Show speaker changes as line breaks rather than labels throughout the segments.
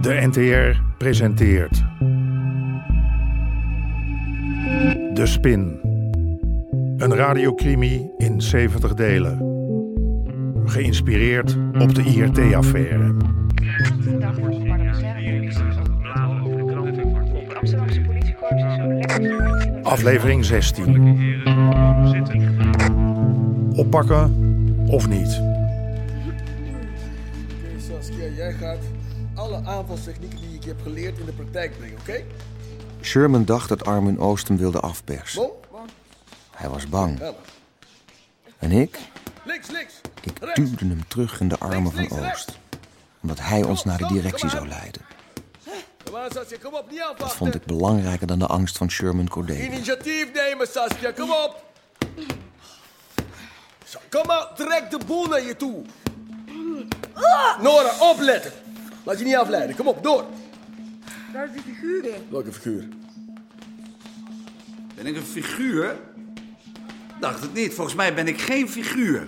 De NTR presenteert. De Spin. Een radiocrimi in 70 delen. Geïnspireerd op de IRT-affaire.
Dag wordt het De Amsterdamse politiekorps is zo lekker.
Aflevering 16. Oppakken of niet?
Oké, Saskia, jij gaat alle aanvalstechnieken die ik je heb geleerd in de praktijk brengen, oké?
Sherman dacht dat Armin Oost hem wilde afpersen.
Bom,
Hij was bang.
help.
En ik?
Links, links.
Ik
rechts.
duwde hem terug in de armen
Links,
van
links,
Oost. Omdat hij ons naar de directie zou leiden.
Kom aan, Saskia, kom op, niet afwachten.
Dat vond ik belangrijker dan de angst van Sherman Cordelia.
Initiatief nemen, Saskia, kom op. Zo, kom maar, trek de boel naar je toe. Nora, opletten. Laat je niet afleiden, kom op, door.
Daar is die figuur in.
Welke figuur?
Ben ik een figuur? Dacht het niet. Volgens mij ben ik geen figuur.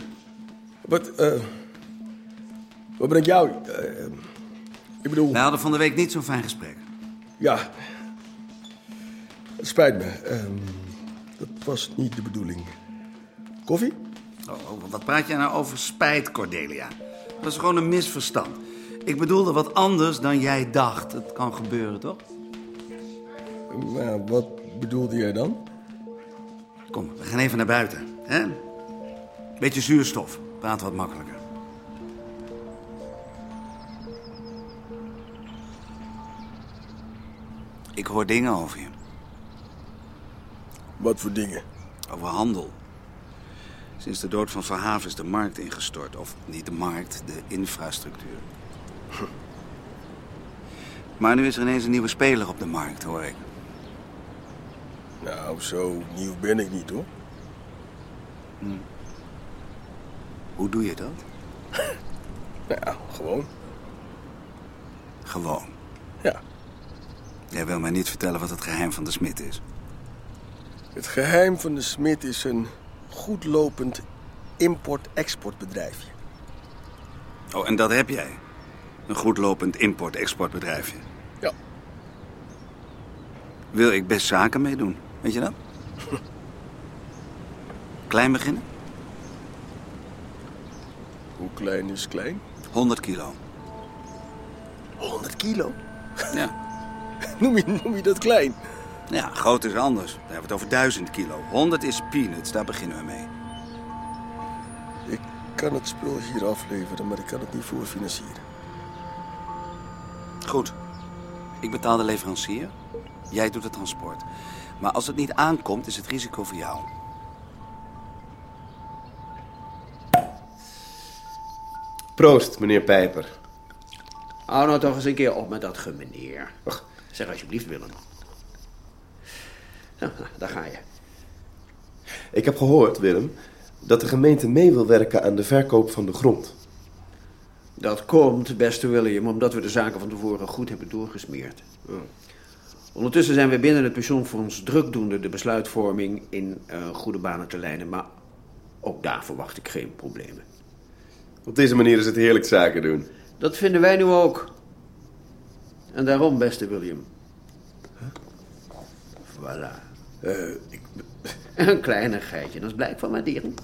Wat, eh... Wat ben ik jou? eh, ik bedoel...
Wij hadden van de week niet zo'n fijn gesprek.
Ja. Het spijt me. Ehm, dat was niet de bedoeling. Koffie?
Oh, oh, wat praat jij nou over spijt, Cordelia? Dat is gewoon een misverstand. Ik bedoelde wat anders dan jij dacht. Het kan gebeuren, toch?
Maar wat bedoelde jij dan?
Kom, we gaan even naar buiten. Hè? Beetje zuurstof. Praat wat makkelijker. Ik hoor dingen over je.
Wat voor dingen?
Over handel. Sinds de dood van Verhaaf is de markt ingestort. Of niet de markt, de infrastructuur. Maar nu is er ineens een nieuwe speler op de markt, hoor ik.
Nou, zo nieuw ben ik niet hoor.
Hoe doe je dat?
Nou ja, gewoon.
Gewoon.
Ja.
Jij wil mij niet vertellen wat het geheim van de smid is.
Het geheim van de smid is een goedlopend import-exportbedrijfje.
Oh, en dat heb jij. Een goedlopend import-exportbedrijfje.
Ja.
Wil ik best zaken mee doen, weet je dat? Klein beginnen?
Hoe klein is klein?
100 kilo.
100 kilo.
Ja.
Noem je, noem je dat klein?
Ja, groot is anders. We hebben we het over 1000 kilo. 100 is peanuts, daar beginnen we mee.
Ik kan het spul hier afleveren, maar ik kan het niet voor financieren.
Goed. Ik betaal de leverancier. Jij doet het transport. Maar als het niet aankomt, is het risico voor jou.
Proost, meneer Pijper.
Hou nou toch eens een keer op met dat gemeneer. Och, Zeg alsjeblieft, Willem. Nou, daar ga je.
Ik heb gehoord, Willem, dat de gemeente mee wil werken aan de verkoop van de grond.
Dat komt, beste William, omdat we de zaken van tevoren goed hebben doorgesmeerd. Ondertussen zijn we binnen het pensioenfonds drukdoende de besluitvorming in eh, goede banen te leiden. Maar ook daar verwacht ik geen problemen.
Op deze manier is het heerlijk zaken doen.
Dat vinden wij nu ook. En daarom, beste William. Voilà. Eh, Een kleinigheidje, dat is blijk van waardering.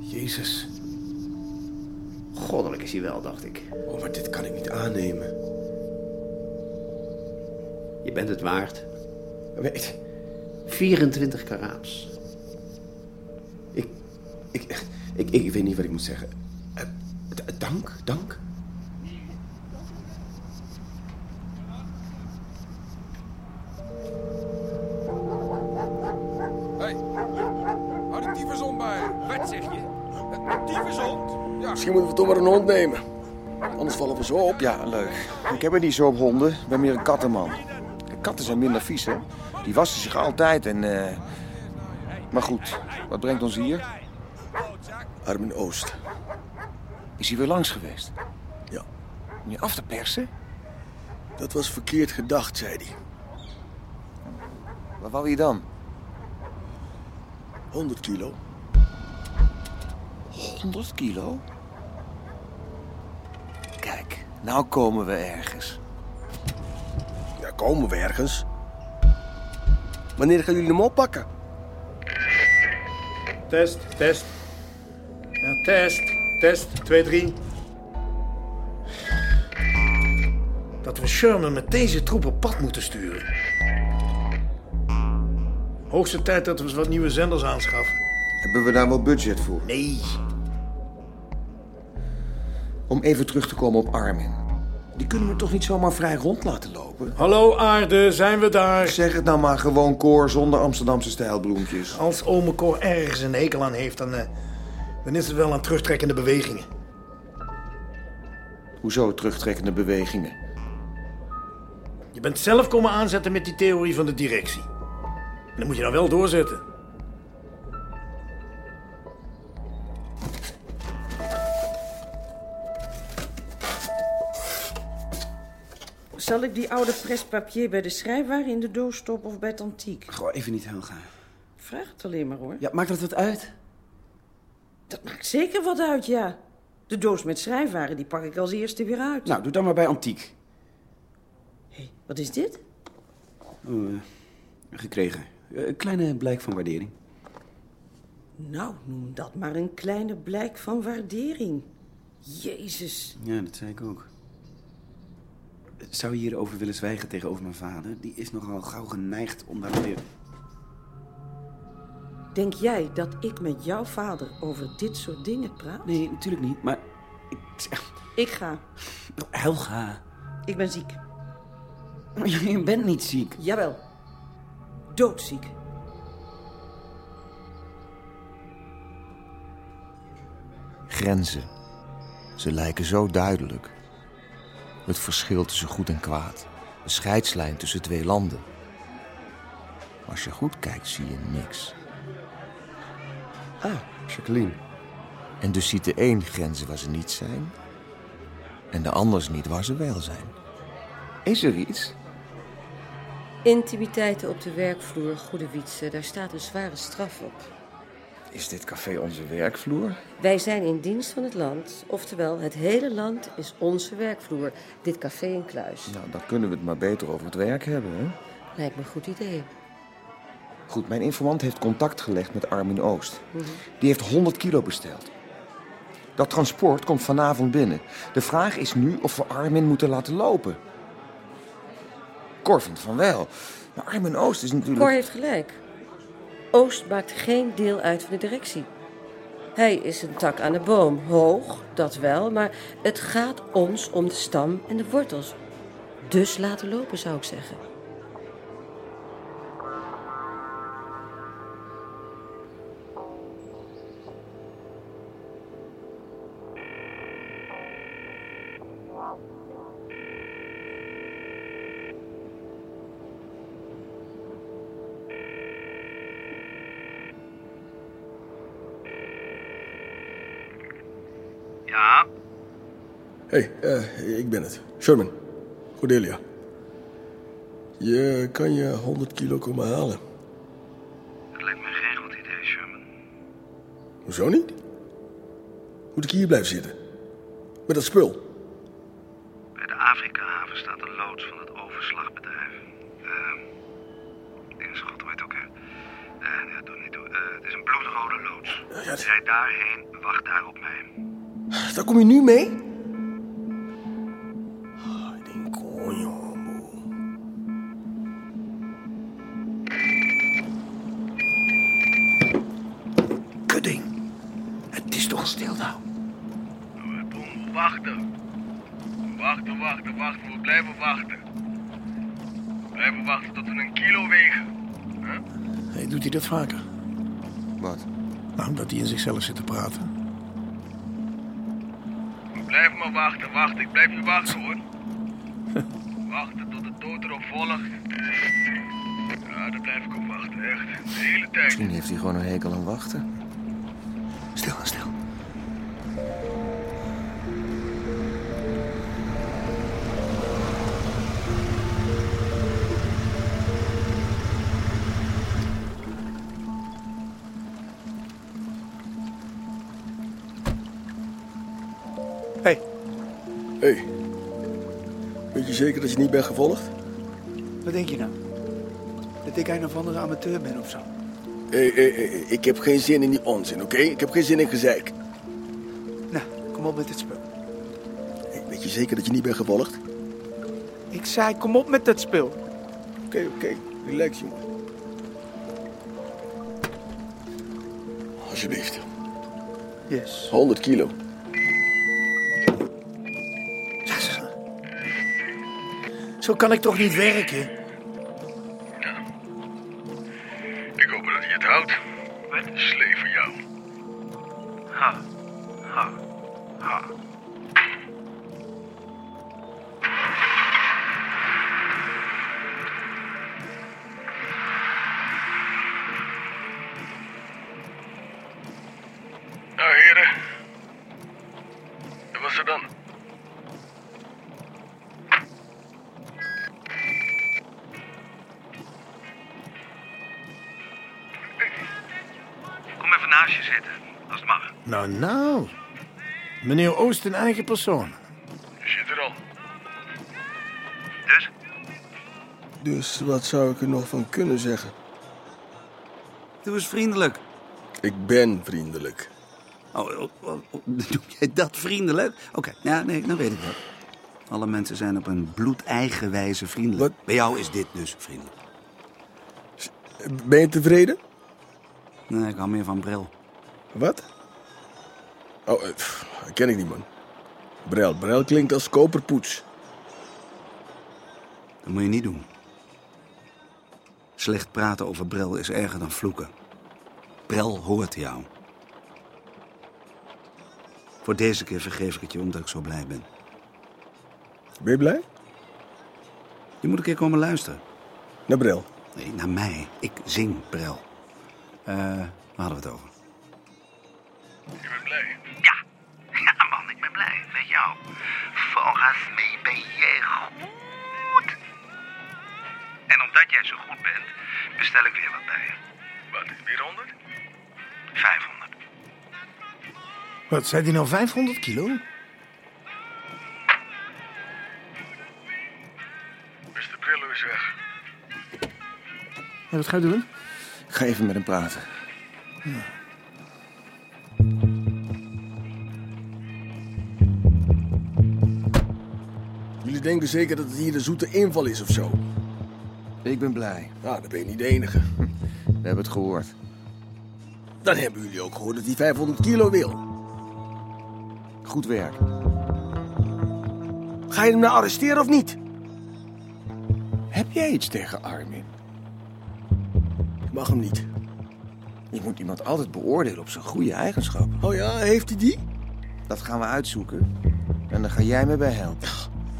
Jezus,
Goddelijk is hij wel, dacht ik.
oh, maar dit kan ik niet aannemen.
Je bent het waard.
Weet,
24 karaats.
ik, ik, ik, ik weet niet wat ik moet zeggen. Eh, d- dank, dank.
Hou de tyfushond bij. Wat zeg je? Een tyfushond? Ja.
Misschien moeten we toch maar een hond nemen. Anders vallen we zo op.
Ja, leuk. Ik heb er niet zo op honden. Ik ben meer een kattenman. En Katten zijn minder vies, hè? Die wassen zich altijd en... eh, Maar goed, wat brengt ons hier?
Armin Oost.
Is hij weer langs geweest?
Ja.
Om je af te persen?
Dat was verkeerd gedacht, zei hij.
Wat wou je dan?
100 kilo.
100 kilo? Nou komen we ergens.
Ja, komen we ergens? Wanneer gaan jullie hem oppakken?
Test, test. Ja, test, test. 2, 3. Dat we Sherman met deze troep op pad moeten sturen. Hoogste tijd dat we eens wat nieuwe zenders aanschaffen.
Hebben we daar wel budget voor?
Nee.
Om even terug te komen op Armin. Die kunnen we toch niet zomaar vrij rond laten lopen?
Hallo aarde, zijn we daar?
Zeg het nou maar gewoon koor zonder Amsterdamse stijlbloempjes.
Oh.
Als ome Cor ergens een hekel aan heeft, dan, eh, dan is het wel aan terugtrekkende bewegingen.
Hoezo terugtrekkende bewegingen?
Je bent zelf komen aanzetten met die theorie van de directie. En dan moet je dan wel doorzetten.
Zal ik die oude prespapier bij de schrijfwaar in de doos stoppen of bij het antiek?
Goh, even niet Helga.
Vraag het alleen maar hoor.
Ja, maakt dat wat uit?
Dat maakt zeker wat uit, ja. De doos met schrijfwaren, die pak ik als eerste weer uit.
Nou, doe dan maar bij antiek.
Hé, wat is dit?
Oh, eh, Gekregen. Eh, Een kleine blijk van waardering.
Nou, noem dat maar een kleine blijk van waardering. Jezus.
Ja, dat zei ik ook. Zou je hierover willen zwijgen tegenover mijn vader? Die is nogal gauw geneigd om daar weer...
Denk jij dat ik met jouw vader over dit soort dingen praat?
Nee, natuurlijk niet, maar... Ik zeg...
Ik ga.
Helga,
Ik ben ziek.
je bent niet ziek.
Jawel. Doodziek.
Grenzen. Ze lijken zo duidelijk. Het verschil tussen goed en kwaad. Een scheidslijn tussen twee landen. Maar als je goed kijkt, zie je niks.
Jacqueline.
Ah, En dus ziet de een grenzen waar ze niet zijn... en de anders niet waar ze wel zijn. Is er iets?
Intimiteiten op de werkvloer, goede Wietse, daar staat een zware straf op.
Is dit café onze werkvloer?
Wij zijn in dienst van het land, oftewel het hele land is onze werkvloer. Dit café in Kluis.
Nou, dan kunnen we het maar beter over het werk hebben, hè?
Lijkt me een goed idee.
Goed, mijn informant heeft contact gelegd met Armin Oost. Die heeft 100 kilo besteld. Dat transport komt vanavond binnen. De vraag is nu of we Armin moeten laten lopen. Cor vindt van wel. Maar Armin Oost is natuurlijk...
Cor heeft gelijk. Oost maakt geen deel uit van de directie. Hij is een tak aan de boom. Hoog, dat wel, maar het gaat ons om de stam en de wortels. Dus laten lopen, zou ik zeggen.
Hé, hey, eh, ik ben het. Sherman. Cordelia. Je kan je 100 kilo komen halen.
Dat lijkt me geen goed idee, Sherman.
Hoezo niet? Moet ik hier blijven zitten? Met dat spul?
Bij de Afrika-haven staat de loods van het overslagbedrijf. Ehm in Schotland weet ook, hè? Eh, ja, doe niet toe. Eh, het is een bloedrode loods.
ja, dat-
Rijd daarheen, wacht daar op mij.
Daar kom je nu mee?
Ah,
Kudding. Het is toch stil nou?
Boem, wachten. Wachten, wachten, wachten. We blijven wachten. We blijven wachten tot we een kilo wegen.
Hey, doet hij dat vaker?
Wat?
Nou, dat hij in zichzelf zit te praten.
Blijf maar wachten, wachten. Ik blijf hier wachten, hoor. Wachten tot de dood erop volgt. Ja, daar blijf ik op wachten, echt. De hele tijd.
Misschien heeft hij gewoon een hekel aan wachten. Stil, stil.
Hé, hey, Weet je zeker dat je niet bent gevolgd?
Wat denk je nou? Dat ik een of andere amateur ben of zo?
Hé, hé, hé, eh, ik heb geen zin in die onzin, oké? Ik heb geen zin in gezeik.
Nou, kom op met dit spul.
Eh, Weet je zeker dat je niet bent gevolgd? Oké,
Ik zei, kom op met dat spul.
oké. Relax, jongen. Alsjeblieft.
Yes.
100 kilo.
Zo kan ik toch niet werken?
Ik hoop dat je het houdt. Wat? Slee voor jou. Ha. Ha. Ha. Nou, heren. Dat was er dan. Kom even naast je zitten, als het mag.
Nou, nou. Meneer Oost in eigen persoon.
Je zit er al.
Dus wat zou ik er nog van kunnen zeggen?
Doe eens vriendelijk.
Ik ben vriendelijk.
Oh, oh, oh, oh, doe jij dat vriendelijk? Oké, ja, nee, dan weet ik wel. Alle mensen zijn op een bloedeigen wijze vriendelijk. Bij jou is dit dus vriendelijk.
Ben je tevreden?
Nee, ik hou meer van Bril.
Wat? Oh, eh, pff, ken ik niet, man. Brel, brel klinkt als koperpoets.
Dat moet je niet doen. Slecht praten over Bril is erger dan vloeken. Bril hoort jou. Voor deze keer vergeef ik het je omdat ik zo blij ben.
Ben je blij?
Je moet een keer komen luisteren.
Naar Brel?
Nee, naar mij. Ik zing Brel. Eh, waar hadden we het over?
Je bent blij? Ja. Ja, man, ik ben blij. Met jou. Volgens mij ben jij goed. En omdat jij zo goed bent, bestel ik weer wat bij je. Wat, weer 100? 500.
Wat, zei die nou 500 kilo?
Mr. Brillo is weg.
En wat ga je doen?
Ik ga even met hem praten.
Jullie denken zeker dat het hier de zoete inval is of zo?
Ik ben blij.
Nou, dan ben je niet de enige.
We hebben het gehoord.
Dan hebben jullie ook gehoord dat hij 500 kilo wil.
Goed werk.
Ga je hem nou arresteren of niet?
Heb jij iets tegen Armin?
Ik mag hem niet.
Je moet iemand altijd beoordelen op zijn goede eigenschappen.
Oh ja, heeft hij die?
Dat gaan we uitzoeken. En daar ga jij me bij helpen.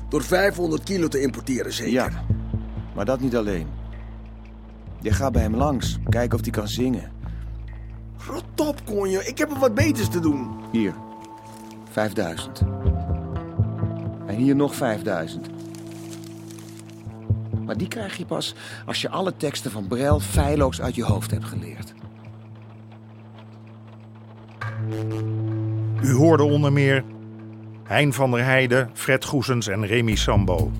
Door 500 kilo te importeren, zeker?
Ja, maar dat niet alleen. Je gaat bij hem langs. Kijken of hij kan zingen.
Rot op, konje. Ik heb er wat beters te doen.
Hier, 5000. En hier nog 5000. Maar die krijg je pas als je alle teksten van Brel feilloos uit je hoofd hebt geleerd.
U hoorde onder meer Hein van der Heijden, Fred Goesens en Remy Sambo.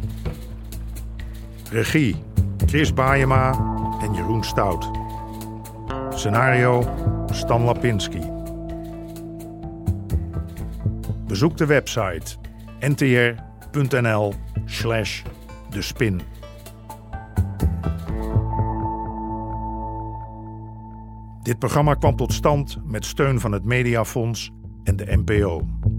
Regie Chris Baayema en Jeroen Stout. Scenario Stan Lapinski. Bezoek de website ntr.nl slash de spin. Dit programma kwam tot stand met steun van het Mediafonds en de NPO.